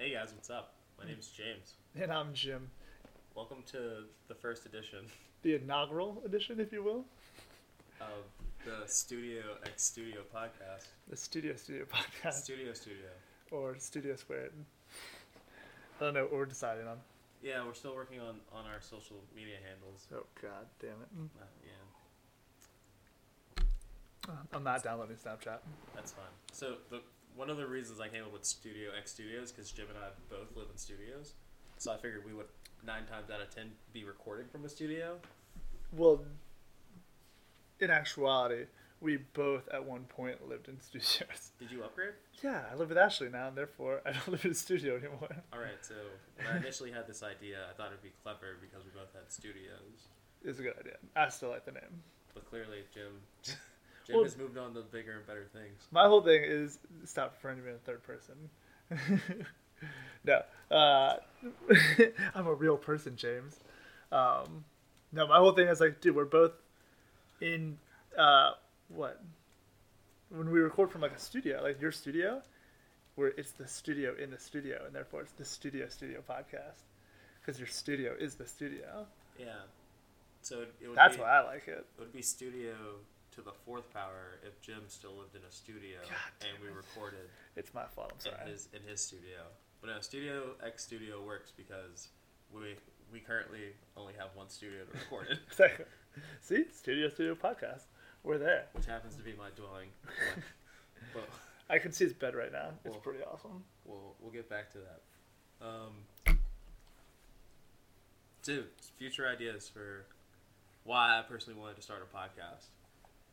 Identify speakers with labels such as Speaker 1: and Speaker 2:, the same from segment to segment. Speaker 1: guys, what's up? My name's James.
Speaker 2: And I'm Jim.
Speaker 1: Welcome to the first edition
Speaker 2: The inaugural edition, if you will.
Speaker 1: of the Studio X Studio podcast.
Speaker 2: The Studio Studio podcast.
Speaker 1: Studio Studio.
Speaker 2: or Studio Squared. I don't know what we're deciding on.
Speaker 1: Yeah, we're still working on, on our social media handles.
Speaker 2: Oh, god damn it.
Speaker 1: Uh, yeah,
Speaker 2: Uh, I'm not downloading Snapchat.
Speaker 1: that's fine. So the one of the reasons I came up with Studio X Studios because Jim and I both live in studios, so I figured we would nine times out of ten be recording from a studio.
Speaker 2: Well, in actuality, we both at one point lived in studios.
Speaker 1: Did you upgrade?
Speaker 2: Yeah, I live with Ashley now, and therefore I don't live in a studio anymore.
Speaker 1: All right. So when I initially had this idea, I thought it'd be clever because we both had studios.
Speaker 2: It's a good idea. I still like the name.
Speaker 1: But clearly, Jim, Jim
Speaker 2: Well-
Speaker 1: has moved on to bigger and better things.
Speaker 2: My whole thing is stop referring to me in third person. no, uh, I'm a real person, James. Um, no, my whole thing is like, dude, we're both in uh, what when we record from like a studio, like your studio, where it's the studio in the studio, and therefore it's the studio studio podcast because your studio is the studio.
Speaker 1: Yeah. So it, it would
Speaker 2: That's
Speaker 1: be,
Speaker 2: why I like it.
Speaker 1: it would be studio to the fourth power if Jim still lived in a studio
Speaker 2: God
Speaker 1: and we recorded
Speaker 2: It's my fault. I'm
Speaker 1: in
Speaker 2: sorry.
Speaker 1: his in his studio. But no, Studio X Studio works because we we currently only have one studio to record in,
Speaker 2: Exactly. See, studio studio podcast. We're there.
Speaker 1: which happens to be my dwelling. but
Speaker 2: I can see his bed right now. It's
Speaker 1: Cool.
Speaker 2: pretty awesome.
Speaker 1: we'll we'll get back to that. Um, dude, future ideas for why I personally wanted to start a podcast.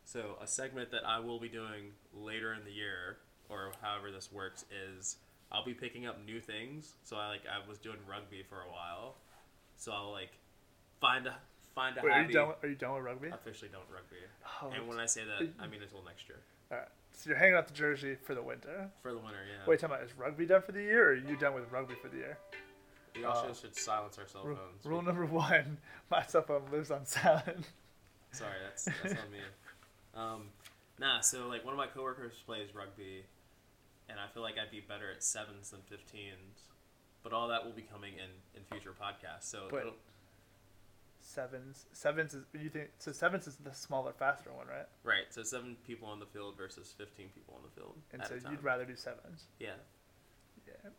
Speaker 1: So a segment that I will be doing later in the year, or however this works, is I'll be picking up new things. So I like I was doing rugby for a while, so I'll like find a find a
Speaker 2: Wait, are you
Speaker 1: hobby.
Speaker 2: done? With, are you done with rugby?
Speaker 1: Officially don't rugby,
Speaker 2: Oh,
Speaker 1: and when I say that, I mean until next year
Speaker 2: all right. So you're hanging out the jersey for the winter.
Speaker 1: for the winter. Yeah,
Speaker 2: Wait, time out. Is rugby done for the year, or are you done with rugby for the year?
Speaker 1: we also
Speaker 2: uh,
Speaker 1: should silence our cell
Speaker 2: Ru-
Speaker 1: phones.
Speaker 2: Rule number one: my cell phone lives on silent.
Speaker 1: Sorry, that's that's on me. Um, nah, so like one of my coworkers plays rugby, and I feel like I'd be better at sevens than fifteens. But all that will be coming in in future podcasts. So
Speaker 2: But-
Speaker 1: it'll-
Speaker 2: Sevens, sevens is you think so? Sevens is the smaller, faster one, right?
Speaker 1: right, so seven people on the field versus fifteen people on the field
Speaker 2: And
Speaker 1: at
Speaker 2: so
Speaker 1: a time.
Speaker 2: you'd rather do sevens.
Speaker 1: yeah,
Speaker 2: Yeah. Can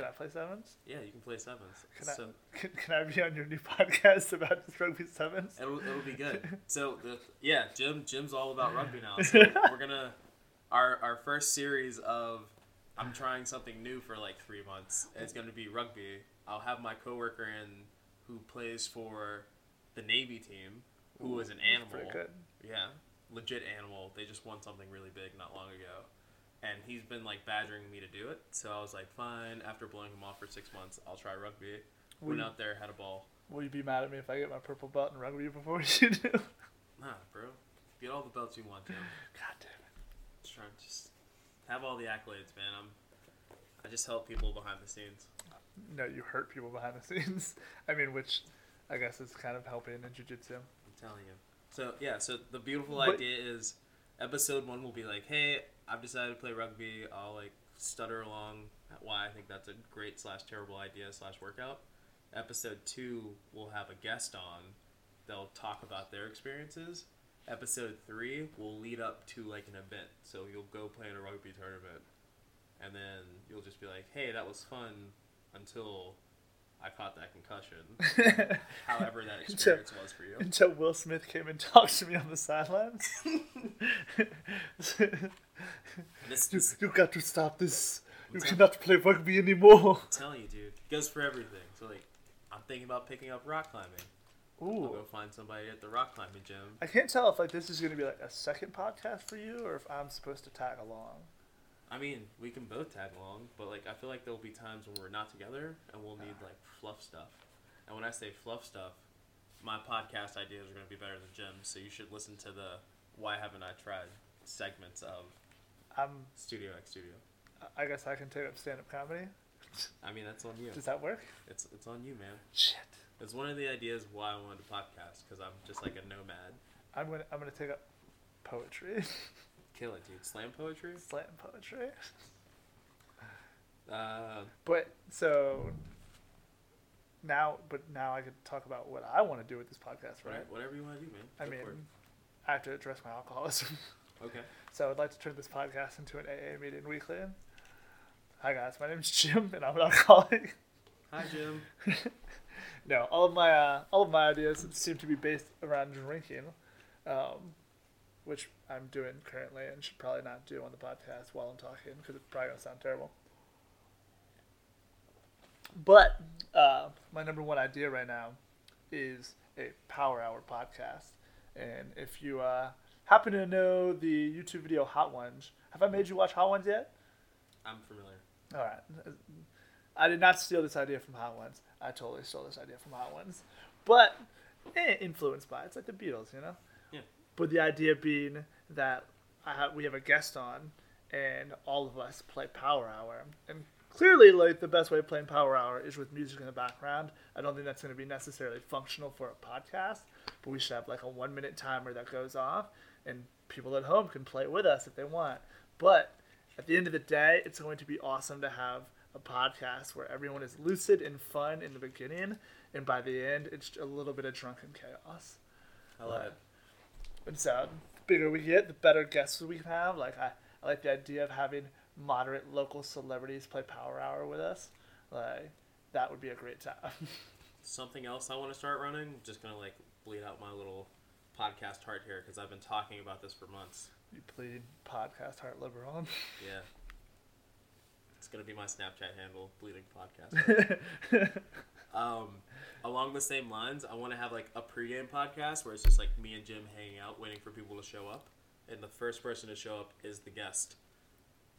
Speaker 1: Yeah.
Speaker 2: I play sevens?
Speaker 1: yeah, you can play sevens.
Speaker 2: Can I-
Speaker 1: so
Speaker 2: Can, can I be on your new podcast about just rugby sevens?
Speaker 1: it'll it'll be good. So the yeah, Jim Jim's all about rugby now. So we're gonna our our first series of I'm trying something new for like three months. It's gonna be rugby. I'll have my coworker in who plays for the Navy team, who is an
Speaker 2: That's
Speaker 1: animal.
Speaker 2: Pretty good.
Speaker 1: Yeah, legit animal. They just won something really big not long ago. And he's been like badgering me to do it. So I was like, fine, after blowing him off for six months, I'll try rugby.
Speaker 2: Will
Speaker 1: Went
Speaker 2: you-
Speaker 1: out there, had a ball.
Speaker 2: Will you be mad at me if I get my purple belt in rugby before you do? God
Speaker 1: Nah, bro. Get all the belts you want, Jim.
Speaker 2: damn it.
Speaker 1: Just trying to just have all the accolades, man. I'm I just help people behind the scenes.
Speaker 2: No, you hurt people behind the scenes. I mean, which I guess is kind of helping in jujitsu.
Speaker 1: I'm telling you. So yeah, so the beautiful
Speaker 2: But-
Speaker 1: idea is episode one will be like, hey, I've decided to play rugby. I'll like stutter along at why I think that's a great slash terrible idea slash workout. Episode two will have a guest on. They'll talk about their experiences. Episode three will lead up to like an event. So you'll go play in a rugby tournament, and then you'll just be like, hey, that was fun until I caught that concussion. However, that experience was for you.
Speaker 2: Until Will Smith came and talked to me on the sidelines.
Speaker 1: This
Speaker 2: you,
Speaker 1: is
Speaker 2: you got to stop this. You
Speaker 1: What's up?
Speaker 2: cannot play rugby anymore.
Speaker 1: telling you, dude. It goes for everything. So like, I'm thinking about picking up rock climbing. I'll
Speaker 2: Ooh.
Speaker 1: go find somebody at the rock climbing gym.
Speaker 2: I can't tell if like this is gonna be like a second podcast for you or if I'm supposed to tag along.
Speaker 1: I mean, we can both tag along, but like, I feel like there'll be times when we're not together and we'll
Speaker 2: Ah.
Speaker 1: need like fluff stuff. And when I say fluff stuff, my podcast ideas are gonna be better than Jim's. So you should listen to the "Why Haven't I Tried" segments of
Speaker 2: I'm.
Speaker 1: Studio X Studio.
Speaker 2: I guess I can take up stand up comedy.
Speaker 1: I mean, that's on you.
Speaker 2: Does that work?
Speaker 1: It's it's on you, man.
Speaker 2: Shit.
Speaker 1: It's one of the ideas why I wanted to podcast because I'm just like a nomad.
Speaker 2: I'm gonna I'm gonna take up poetry,
Speaker 1: Kill it, dude. Slam poetry.
Speaker 2: slam poetry.
Speaker 1: Uh,
Speaker 2: But So now, but now I could talk about what I want to do with this podcast, right?
Speaker 1: Right. Whatever you want to do, man.
Speaker 2: I
Speaker 1: Go
Speaker 2: mean, mm.
Speaker 1: for it.
Speaker 2: I have to address my alcoholism.
Speaker 1: okay.
Speaker 2: So I'd like to turn this podcast into an AA meeting weekly. Hi guys, my name's Jim, and I'm an alcoholic.
Speaker 1: Hi, Jim.
Speaker 2: no, all of my uh, all of my ideas seem to be based around drinking, um, which I'm doing currently and should probably not do on the podcast while I'm talking because it's probably gonna sound terrible. But uh, my number one idea right now is a Power Hour podcast, and if you uh, happen to know the YouTube video Hot Ones, have I made you watch Hot Ones yet?
Speaker 1: I'm familiar.
Speaker 2: All right. I did not steal this idea from Hot Ones. I totally stole this idea from Hot Ones. But eh, influenced by it. It's like the Beatles, you know?
Speaker 1: Yeah.
Speaker 2: But the idea being that I have, we have a guest on and all of us play Power Hour. And clearly, like, the best way of playing Power Hour is with music in the background. I don't think that's going to be necessarily functional for a podcast, but we should have, like, a one minute timer that goes off and people at home can play with us if they want. But at the end of the day, it's going to be awesome to have a podcast where everyone is lucid and fun in the beginning, and by the end, it's a little bit of drunken chaos.
Speaker 1: I love
Speaker 2: Right.
Speaker 1: it.
Speaker 2: And so, the bigger we get, the better guests we can have. Like, I, I like the idea of having moderate local celebrities play Power Hour with us. Like, that would be a great time.
Speaker 1: Something else I want to start running. Just gonna like bleed out my little podcast heart here because I've been talking about this for months.
Speaker 2: you plead podcast heart liberal.
Speaker 1: Yeah. It's gonna be my Snapchat handle, bleeding podcast. um, along the same lines, I want to have like a pregame podcast where it's just like me and Jim hanging out, waiting for people to show up, and the first person to show up is the guest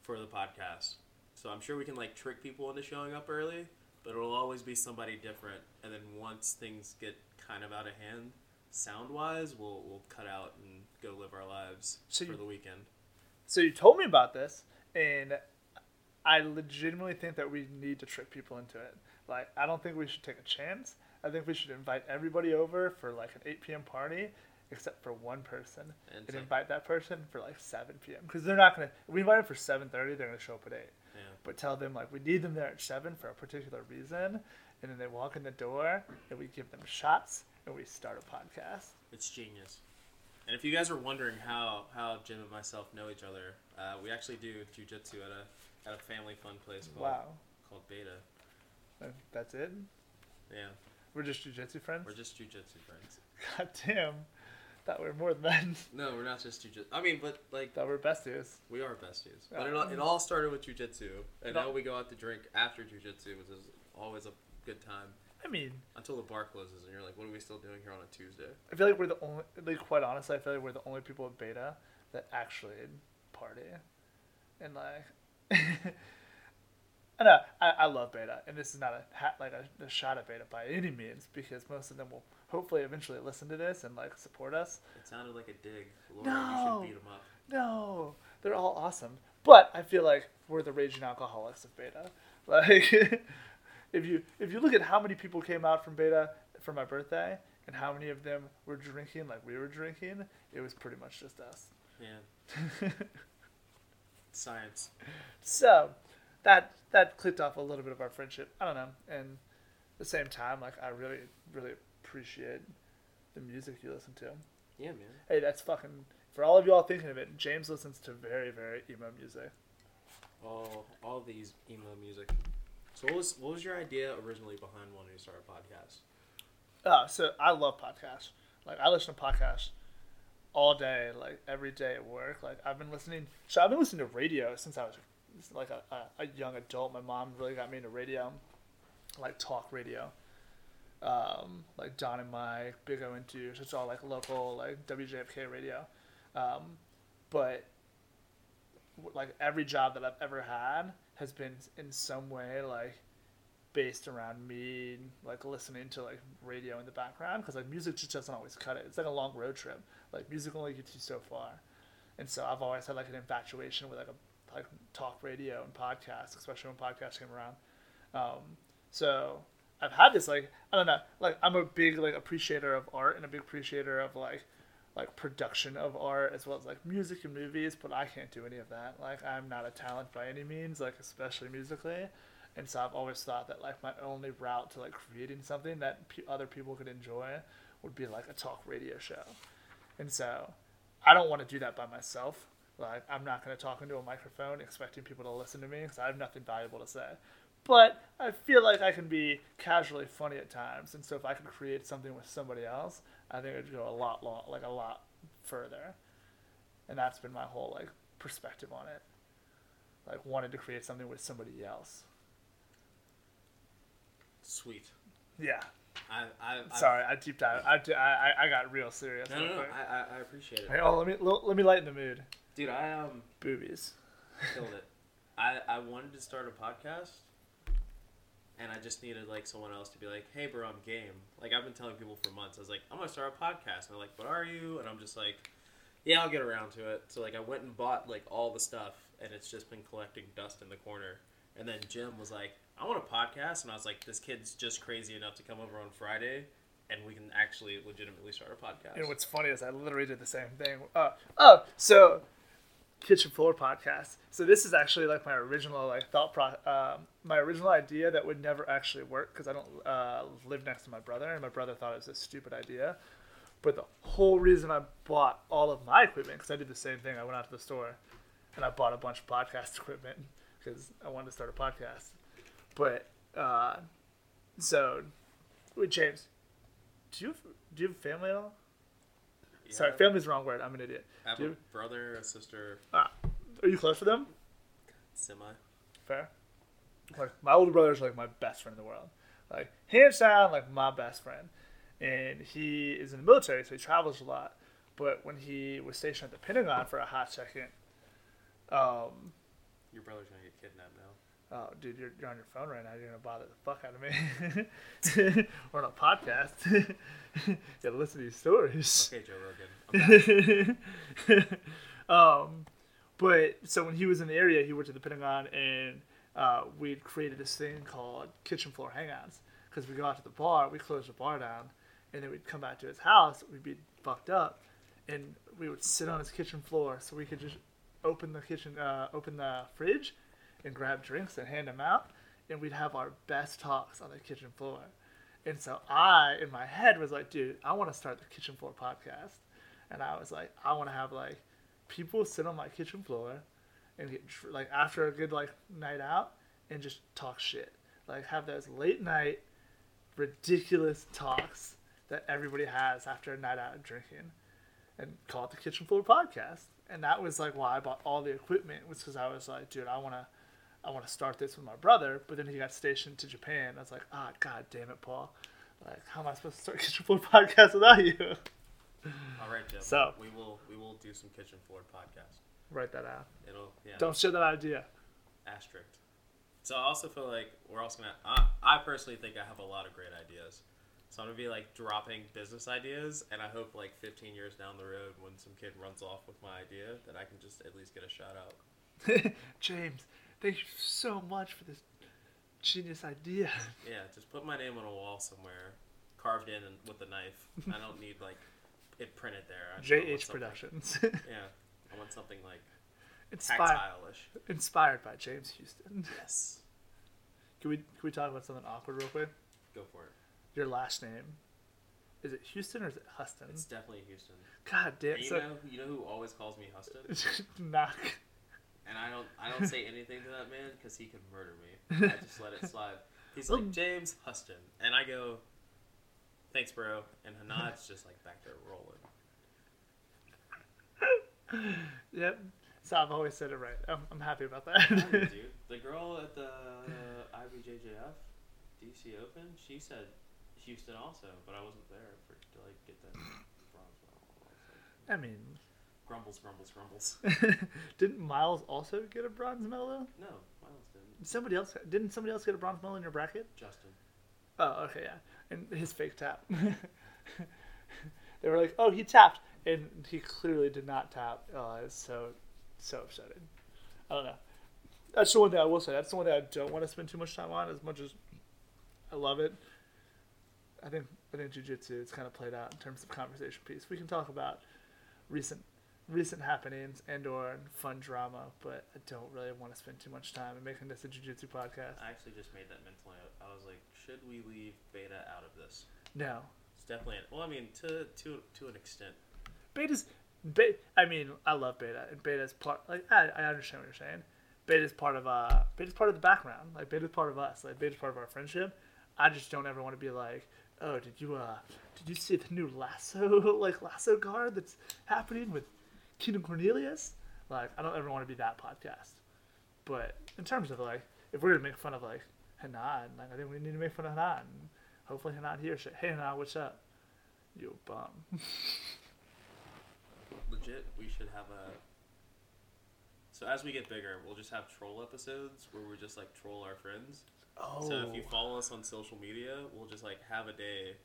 Speaker 1: for the podcast. So I'm sure we can like trick people into showing up early, but it'll always be somebody different. And then once things get kind of out of hand, sound wise, we'll we'll cut out and go live our lives
Speaker 2: So
Speaker 1: for
Speaker 2: you-
Speaker 1: the weekend.
Speaker 2: So you told me about this, and I legitimately think that we need to trick people into it. Like, I don't think we should take a chance. I think we should invite everybody over for like an 8 p.m. party, except for one person,
Speaker 1: And
Speaker 2: and
Speaker 1: it's like-
Speaker 2: invite that person for like 7 p.m. Because they're not gonna. If we invite them for 7:30, they're gonna show up at 8.
Speaker 1: Yeah.
Speaker 2: But tell them like we need them there at 7 for a particular reason, and then they walk in the door, and we give them shots, and we start a podcast.
Speaker 1: It's genius. And if you guys are wondering how, how Jim and myself know each other, uh, we actually do jujitsu at a at a family fun place called
Speaker 2: Wow,
Speaker 1: called Beta.
Speaker 2: And that's it.
Speaker 1: Yeah,
Speaker 2: We're just jujitsu friends.
Speaker 1: we're just jujitsu friends.
Speaker 2: God damn. Thought we were more than
Speaker 1: No, we're not just jujitsu. I mean, but like
Speaker 2: Thought we were besties.
Speaker 1: we are besties. But it all, it all started with jujitsu, and now we go out to drink after jujitsu, which is always a good time
Speaker 2: I mean,
Speaker 1: until the bar closes, and you're like, what are we still doing here on a Tuesday?
Speaker 2: I feel like we're the only, like, quite honestly, I feel like we're the only people at beta that actually party. And, like, I know, I, I love beta, and this is not a hat, like, a, a shot at beta by any means, because most of them will hopefully eventually listen to this and, like, support us.
Speaker 1: It sounded like a dig. Laura,
Speaker 2: No.
Speaker 1: you should beat him up.
Speaker 2: No, they're all awesome. But I feel like we're the raging alcoholics of beta. Like if you if you look at how many people came out from beta for my birthday and how many of them were drinking like we were drinking, it was pretty much just us.
Speaker 1: Yeah. Science.
Speaker 2: So that that clipped off a little bit of our friendship. I don't know. And at the same time, like I really, really appreciate the music you listen to.
Speaker 1: Yeah, man.
Speaker 2: Hey, that's fucking for all of y'all thinking of it, James listens to very, very emo music.
Speaker 1: all all these emo music. So what was what was your idea originally behind wanting to start a podcast?
Speaker 2: Oh, so I love podcasts. Like I listen to podcasts all day, like every day at work. Like I've been listening. So I've been listening to radio since I was like a, a, a young adult. My mom really got me into radio, like talk radio. Um, like Don and Mike, Big O and Deuce. It's all like local, like WJFK radio. Um, but w- like every job that I've ever had has been in some way like based around me like listening to like radio in the background because like music just doesn't always cut it. It's like a long road trip. Like music only gets you so far, and so I've always had like an infatuation with like a like talk radio and podcasts, especially when podcasts came around. Um, so I've had this like I don't know like I'm a big like appreciator of art and a big appreciator of like like production of art as well as like music and movies, but I can't do any of that. Like I'm not a talent by any means, like especially musically. and so I've always thought that like my only route to like creating something that p- other people could enjoy would be like a talk radio show, and so I don't want to do that by myself. Like I'm not going to talk into a microphone expecting people to listen to me because I have nothing valuable to say. But I feel like I can be casually funny at times, and so if I could create something with somebody else, I think it would go a lot long, like a lot further. And that's been my whole like perspective on it. Like wanted to create something with somebody else.
Speaker 1: Sweet.
Speaker 2: Yeah.
Speaker 1: I, I, I
Speaker 2: Sorry, I deep dive. I, di- I, I- I got real serious.
Speaker 1: No, no,
Speaker 2: real
Speaker 1: no.
Speaker 2: quick.
Speaker 1: I, I, I appreciate
Speaker 2: Hey,
Speaker 1: it,
Speaker 2: oh, let me l- let me lighten the mood.
Speaker 1: dude. I um
Speaker 2: Boobies.
Speaker 1: killed it. I, I wanted to start a podcast, and I just needed like someone else to be like, "Hey, bro, I'm game." Like I've been telling people for months. I was like, "I'm gonna start a podcast," and they're like, "But are you?" And I'm just like, "Yeah, I'll get around to it." So like I went and bought like all the stuff, and it's just been collecting dust in the corner. And then Jim was like, "I want a podcast," and I was like, "This kid's just crazy enough to come over on Friday." And we can actually legitimately start a podcast.
Speaker 2: And what's funny is I literally did the same thing. Uh, oh, so kitchen floor podcast. So this is actually like my original like thought pro, um, my original idea that would never actually work because I don't uh, live next to my brother, and my brother thought it was a stupid idea. But the whole reason I bought all of my equipment because I did the same thing. I went out to the store and I bought a bunch of podcast equipment because I wanted to start a podcast. But uh, so, wait, James, do you have, do you have family at all?
Speaker 1: Yeah.
Speaker 2: Sorry, family's the wrong word. I'm an idiot.
Speaker 1: I have
Speaker 2: Do
Speaker 1: a
Speaker 2: you-
Speaker 1: brother, a sister,
Speaker 2: Ah, are you close to them?
Speaker 1: semi.
Speaker 2: Fair. Like my older brother's like my best friend in the world. Like hands down, like my best friend. And he is in the military, so he travels a lot. But when he was stationed at the Pentagon for a hot second, um,
Speaker 1: Your brother's gonna get kidnapped now.
Speaker 2: oh dude, you're, you're on your phone right now. You're gonna bother the fuck out of me. We're on a podcast. Gotta listen to these stories.
Speaker 1: Okay, Joe Rogan. I'm back.
Speaker 2: um, but so when he was in the area, he worked at the Pentagon, and uh, we had created this thing called kitchen floor hangouts because we go out to the bar, we close the bar down, and then we'd come back to his house, we'd be fucked up, and we would sit on his kitchen floor so we could just open the kitchen, uh, open the fridge, and grab drinks and hand them out, and we'd have our best talks on the kitchen floor. And so I, in my head, was like, dude, I want to start the kitchen floor podcast. And I was like, I want to have like people sit on my kitchen floor and get dr- like after a good like night out and just talk shit. Like have those late night ridiculous talks that everybody has after a night out of drinking and call it the kitchen floor podcast. And that was like why I bought all the equipment was because I was like, dude, I want to I want to start this with my brother, but then he got stationed to Japan. I was like, ah, god damn it, Paul. Like, how am I supposed to start Kitchen Floor Podcast without you?
Speaker 1: All right, Jim.
Speaker 2: So-
Speaker 1: we will we will do some kitchen floor podcast.
Speaker 2: Write that out.
Speaker 1: It'll yeah.
Speaker 2: Don't share that idea.
Speaker 1: asterisk. So I also feel like we're also gonna. I, I personally think I have a lot of great ideas. So I'm gonna be like dropping business ideas, and I hope like 15 years down the road, when some kid runs off with my idea, that I can just at least get a shout out.
Speaker 2: James, thank you so much for this genius idea.
Speaker 1: Yeah, just put my name on a wall somewhere, carved in and- with a knife. I don't need like it printed there. I- I want
Speaker 2: JH
Speaker 1: something-
Speaker 2: Productions.
Speaker 1: Yeah, I want something like
Speaker 2: Inspired,
Speaker 1: tactile-ish.
Speaker 2: inspired by James Houston.
Speaker 1: Yes.
Speaker 2: Can we, can we talk about something awkward real quick?
Speaker 1: Go for it.
Speaker 2: Your last name. Is it Houston or is it Huston?
Speaker 1: It's definitely Houston.
Speaker 2: God damn.
Speaker 1: And you
Speaker 2: So,
Speaker 1: know, you know who always calls me Houston,
Speaker 2: knock.
Speaker 1: and I don't, I don't say anything to that man because he could murder me. I just let it slide. He's like James Huston, and I go, "Thanks, bro." And Hanad's just like back there rolling.
Speaker 2: Yep. So I've always said it right. I'm, I'm happy about
Speaker 1: Tell me,
Speaker 2: that.
Speaker 1: dude, the girl at the uh, IBJJF DC Open, she said Houston also, but I wasn't there for to like get that bronze medal.
Speaker 2: I mean,
Speaker 1: Grumbles, grumbles, grumbles.
Speaker 2: didn't Miles also get a bronze medal? Though?
Speaker 1: No, Miles didn't.
Speaker 2: Somebody else didn't. Somebody else get a bronze medal in your bracket?
Speaker 1: Justin.
Speaker 2: Oh, okay, yeah. And his fake tap. they were like, "Oh, he tapped," and he clearly did not tap. Oh, it's so, so upsetting. I don't know. That's the one thing I will say. That's the one thing I don't want to spend too much time on. As much as I love it, I think I think jujitsu it's kind of played out in terms of conversation piece. We can talk about recent recent happenings and or fun drama, but I don't really want to spend too much time in making this a jujitsu podcast.
Speaker 1: I actually just made that mental note. I was like, should we leave beta out of this?
Speaker 2: No.
Speaker 1: It's definitely an, well, I mean, to to to an extent.
Speaker 2: Beta's be- I mean, I love beta and beta's part like I, I understand what you're saying. Beta's part of uh beta's part of the background. Like beta's part of us. Like beta's part of our friendship. I just don't ever want to be like, Oh, did you uh did you see the new lasso like lasso guard that's happening with Keenan Cornelius? Like I don't ever want to be that podcast. But in terms of like if we're gonna make fun of like Hanan, like I think we need to make fun of Hanan. Hopefully Hanan hears it. Hey Hanan, what's up? You bum.
Speaker 1: Legit, we should have a. So as we get bigger, we'll just have troll episodes where we just like troll our friends.
Speaker 2: Oh.
Speaker 1: So if you follow us on social media, we'll just like have a day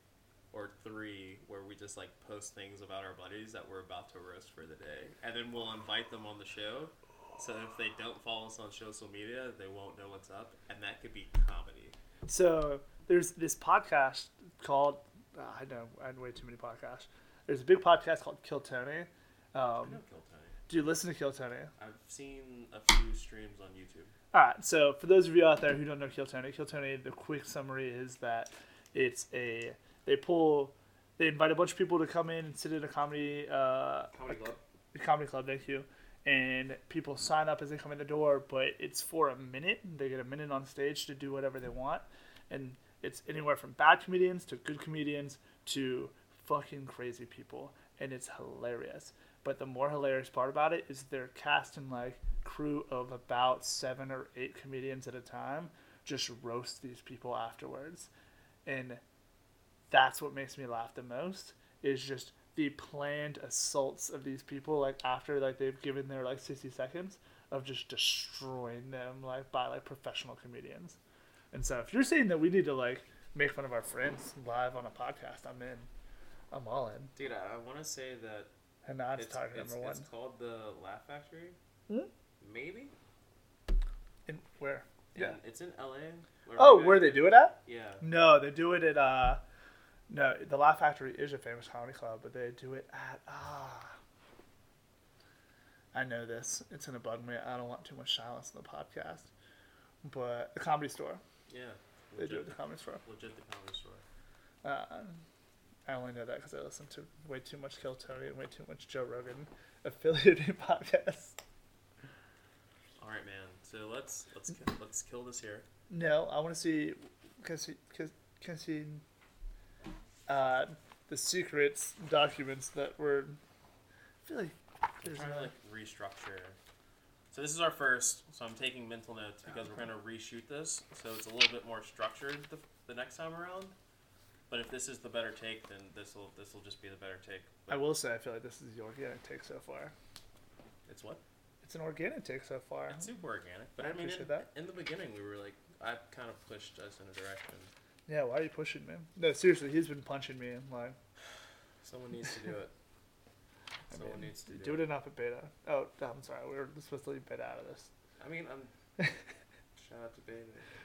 Speaker 1: or three where we just like post things about our buddies that we're about to roast for the day. And then we'll invite them on the show. So if they don't follow us on social media, they won't know what's up. And that could be comedy.
Speaker 2: So there's this podcast called ah, I know I had way too many podcasts. There's a big podcast called Kill Tony.
Speaker 1: I
Speaker 2: Um,
Speaker 1: know Kill Tony.
Speaker 2: do you listen to Kill Tony?
Speaker 1: I've seen a few streams on YouTube.
Speaker 2: All right. So for those of you out there who don't know Kill Tony, Kill Tony, the quick summary is that it's a they pull they invite a bunch of people to come in and sit in a comedy uh,
Speaker 1: Comedy Club.
Speaker 2: the comedy club, thank you. And people sign up as they come in the door, but it's for a minute. They get a minute on stage to do whatever they want. And it's anywhere from bad comedians to good comedians to fucking crazy people. And it's hilarious. But the more hilarious part about it is their cast and like crew of about seven or eight comedians at a time just roast these people afterwards. And that's what makes me laugh the most is just the planned assaults of these people like after like they've given their like 60 seconds of just destroying them like by like professional comedians and so if you're saying that we need to like make fun of our friends live on a podcast i'm in i'm all in
Speaker 1: Dude, I, I want to say that
Speaker 2: and that's
Speaker 1: it's,
Speaker 2: target
Speaker 1: it's,
Speaker 2: number one
Speaker 1: it's called the Laugh Factory.
Speaker 2: Hmm?
Speaker 1: Maybe.
Speaker 2: in where
Speaker 1: And it's in LA. Or
Speaker 2: oh
Speaker 1: maybe I
Speaker 2: where they
Speaker 1: could-
Speaker 2: do it at
Speaker 1: Yeah.
Speaker 2: no they do it at uh no the laugh factory is a famous comedy club but they do it at ah I know this. It's gonna bug me. I don't want too much silence in the podcast. But the comedy store.
Speaker 1: Yeah.
Speaker 2: They do it
Speaker 1: Legit,
Speaker 2: at the comedy store.
Speaker 1: legit the comedy store.
Speaker 2: Uh, I only know that because I listen to way too much Kill Tony and way too much Joe Rogan affiliated podcasts.
Speaker 1: All right, man. So let's let's
Speaker 2: Hmm.
Speaker 1: ki- let's kill this here.
Speaker 2: No, I want to see can see can, can see uh, the secrets documents that were. I feel like
Speaker 1: I'm
Speaker 2: there's
Speaker 1: trying to
Speaker 2: another.
Speaker 1: like restructure. So this is our first. So I'm taking mental notes because we're gonna reshoot this, so it's a little bit more structured the, the next time around. But if this is the better take, then this will this will just be the better take.
Speaker 2: I will say I feel like this is the organic take so far.
Speaker 1: It's what?
Speaker 2: It's an organic take so far.
Speaker 1: It's super organic. But
Speaker 2: I
Speaker 1: I, mean, in,
Speaker 2: appreciate that.
Speaker 1: in the beginning, we were like, I kind of pushed us in a direction.
Speaker 2: Yeah, why are you pushing me? No, seriously, he's been punching me and like.
Speaker 1: Someone needs to do it.
Speaker 2: I
Speaker 1: Someone
Speaker 2: mean,
Speaker 1: needs to
Speaker 2: do it enough at beta. Oh, I'm sorry. We were supposed to leave beta out of this.
Speaker 1: I mean, I'm. shout out to Bailey.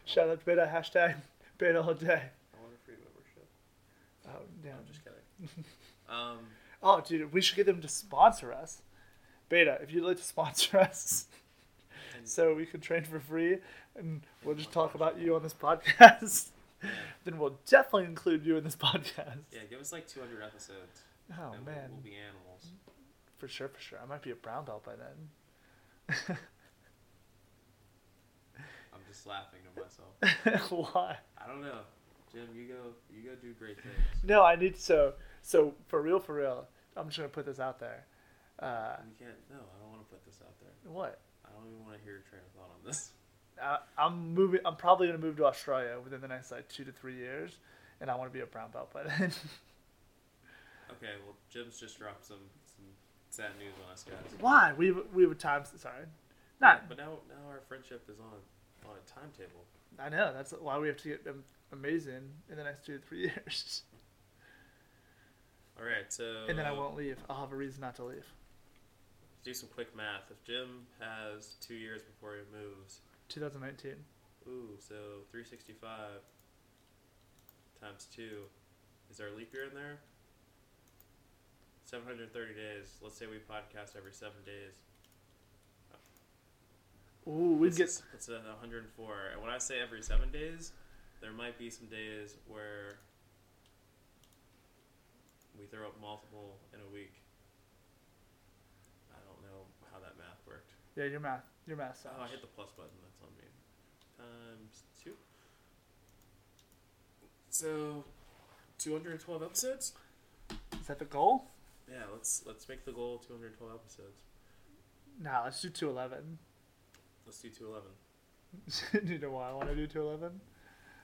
Speaker 2: Shout out to beta. Hashtag beta all day.
Speaker 1: I want a free membership.
Speaker 2: Oh, damn.
Speaker 1: I'm just kidding. um,
Speaker 2: Oh, dude, we should get them to sponsor us. Beta, if you'd like to sponsor us,
Speaker 1: and
Speaker 2: so we can train for free, and we'll just talk about you on this podcast.
Speaker 1: yeah,
Speaker 2: then we'll definitely include you in this podcast.
Speaker 1: yeah, give us like 200 episodes.
Speaker 2: Oh
Speaker 1: and we'll-
Speaker 2: man,
Speaker 1: We'll be animals.
Speaker 2: for sure, for sure. I might be a brown belt by then.
Speaker 1: I'm just laughing to myself.
Speaker 2: Why?
Speaker 1: I don't know, Jim. You go. You go do great things.
Speaker 2: No, I need so so for real, for real. I'm just gonna put this out there. Uh,
Speaker 1: We can't. No, I don't want to put this out there.
Speaker 2: what?
Speaker 1: I don't even want to hear your train of thought on this.
Speaker 2: I, I'm moving. I'm probably gonna move to Australia within the next like two to three years, and I want to be a brown belt by then.
Speaker 1: Okay. Well, Jim's just dropped some some sad news on us guys.
Speaker 2: Why? We we were times sorry. Not
Speaker 1: But now now our friendship is on on a timetable.
Speaker 2: I know that's why we have to get am- amazing in the next two to three years,
Speaker 1: All right. So. um,
Speaker 2: and then I won't leave. I'll have a reason not to leave.
Speaker 1: Let's do some quick math. If Jim has two years before he moves,
Speaker 2: 2019.
Speaker 1: ooh, so 365 times two. Is there a leap year in there? 730 days. Let's say we podcast every seven days.
Speaker 2: Ooh, we
Speaker 1: It's
Speaker 2: get
Speaker 1: it's- it's at 104. And when I say every seven days, there might be some days where we throw up multiple in a week. I don't know how that math worked.
Speaker 2: yeah your math your math.
Speaker 1: Oh, I
Speaker 2: sucks.
Speaker 1: hit the plus button. That's on me. Times two. So, 212 episodes.
Speaker 2: Is that the goal?
Speaker 1: Yeah, let's let's make the goal 212 episodes.
Speaker 2: Nah, let's do two eleven.
Speaker 1: Let's do 211.
Speaker 2: do you know why I want to do two eleven?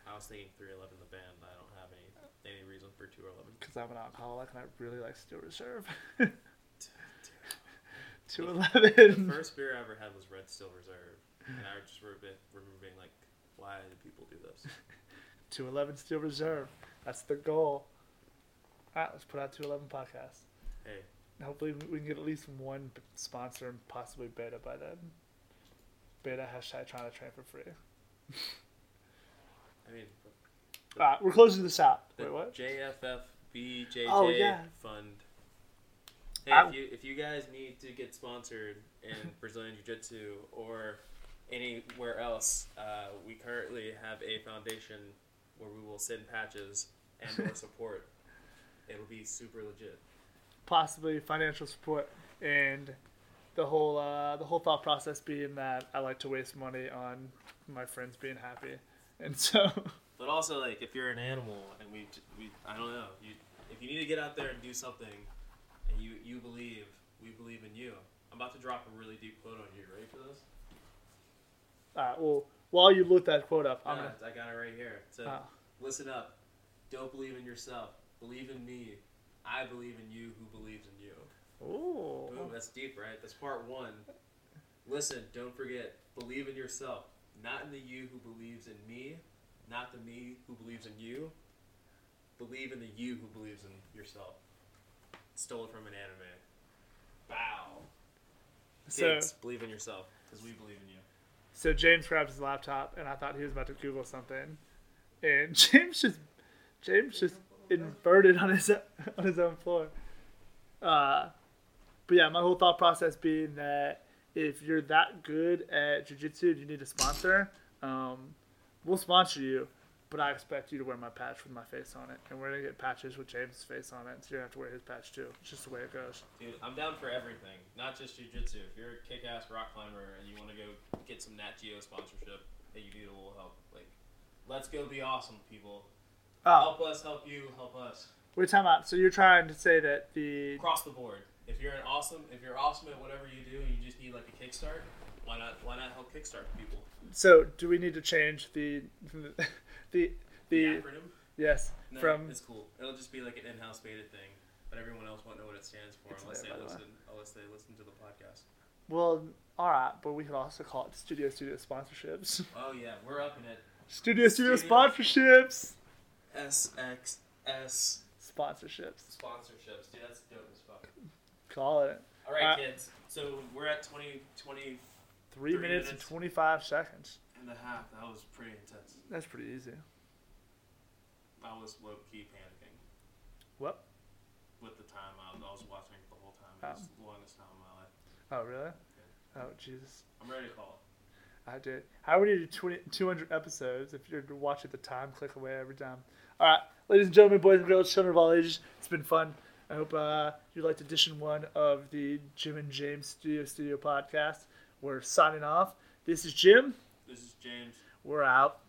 Speaker 1: I was thinking 311 the band. I don't have any any reason for 211.
Speaker 2: Because I'm an alcoholic and I really like Steel Reserve. two eleven.
Speaker 1: The first beer I ever had was Red Still Reserve, and I just remember, remember being like, "Why do people do this?"
Speaker 2: 211 Steel Reserve. That's the goal. All right, let's put out 211 podcast.
Speaker 1: Hey,
Speaker 2: And Hopefully, we can get at least one b- sponsor and possibly beta by then. Beta hashtag trying to train for free.
Speaker 1: I mean,
Speaker 2: All right, we're closing this out.
Speaker 1: the
Speaker 2: Wait, what?
Speaker 1: JFF BJJ
Speaker 2: Oh, yeah.
Speaker 1: Fund. Hey,
Speaker 2: I-
Speaker 1: if you if you guys need to get sponsored in Brazilian Jiu Jitsu or anywhere else, uh, we currently have a foundation where we will send patches and more support. It'll be super legit.
Speaker 2: Possibly financial support and the whole uh, the whole thought process being that I like to waste money on my friends being happy, and so
Speaker 1: But also, like, if you're an animal, and we, we I don't know, you, if you need to get out there and do something, and you, you believe, we believe in you. I'm about to drop a really deep quote on you. Ready for this?
Speaker 2: all right. uh, Well, while you look that quote up, I'm
Speaker 1: Nah,
Speaker 2: gonna.
Speaker 1: I got it right here. So
Speaker 2: Ah.
Speaker 1: listen up. Don't believe in yourself. Believe in me. I believe in you who believes in you.
Speaker 2: Ooh.
Speaker 1: Boom, that's deep, right? That's part one. Listen, don't forget, believe in yourself, not in the you who believes in me, not the me who believes in you. Believe in the you who believes in yourself. Stole it from an anime. Wow.
Speaker 2: So-
Speaker 1: Kids, believe in yourself, because we believe in you.
Speaker 2: So James grabs his laptop, and I thought he was about to Google something, and James just James just inverted on his on his own floor. Uh, but yeah, my whole thought process being that if you're that good at jujitsu, and you need a sponsor. Um, we'll sponsor you, but I expect you to wear my patch with my face on it, and we're gonna get patches with James' face on it, so you're gonna have to wear his patch too. It's just the way it goes.
Speaker 1: Dude, I'm down for everything, not just jujitsu. If you're a kick-ass rock climber and you want to go get some Nat Geo sponsorship, that you need a little help. Like, let's go be awesome, people.
Speaker 2: Oh,
Speaker 1: Help us, help you, help us.
Speaker 2: wait, time out. So you're trying to say that the
Speaker 1: Across the board. If you're an awesome, if you're awesome at whatever you do, and you just need like a kickstart. Why not? Why not help kickstart people?
Speaker 2: So, do we need to change the the the,
Speaker 1: The acronym.
Speaker 2: yes
Speaker 1: No,
Speaker 2: from
Speaker 1: it's cool. It'll just be like an in-house beta thing, but everyone else won't know what it stands for
Speaker 2: It's
Speaker 1: unless
Speaker 2: there,
Speaker 1: they
Speaker 2: by the way.
Speaker 1: listen. Unless they listen to the podcast.
Speaker 2: well, all right, but we could also call it studio studio sponsorships.
Speaker 1: Oh yeah, we're up in it.
Speaker 2: studio studio
Speaker 1: Studio.
Speaker 2: sponsorships.
Speaker 1: S X S
Speaker 2: Sponsorships.
Speaker 1: sponsorships, dude. That's dope as fuck.
Speaker 2: Call it
Speaker 1: All right,
Speaker 2: Uh,
Speaker 1: kids. So we're at 20, 20
Speaker 2: three,
Speaker 1: Three
Speaker 2: minutes, and
Speaker 1: minutes.
Speaker 2: twenty five seconds.
Speaker 1: and a half. That was pretty intense.
Speaker 2: That's pretty easy.
Speaker 1: I was low key panicking
Speaker 2: What?
Speaker 1: with the time. I was, I was watching it the whole time. It was the longest time of my life.
Speaker 2: Oh really? Oh Jesus.
Speaker 1: I'm ready to call it.
Speaker 2: I did. How would you do 20, 200 episodes if you're to watch at the time, click away every time? All right, ladies and gentlemen, boys and girls, children of all ages, it's been fun. I hope uh, you liked edition one of the Jim and James Studio Studio podcast. We're signing off. This is Jim.
Speaker 1: This is James.
Speaker 2: We're out.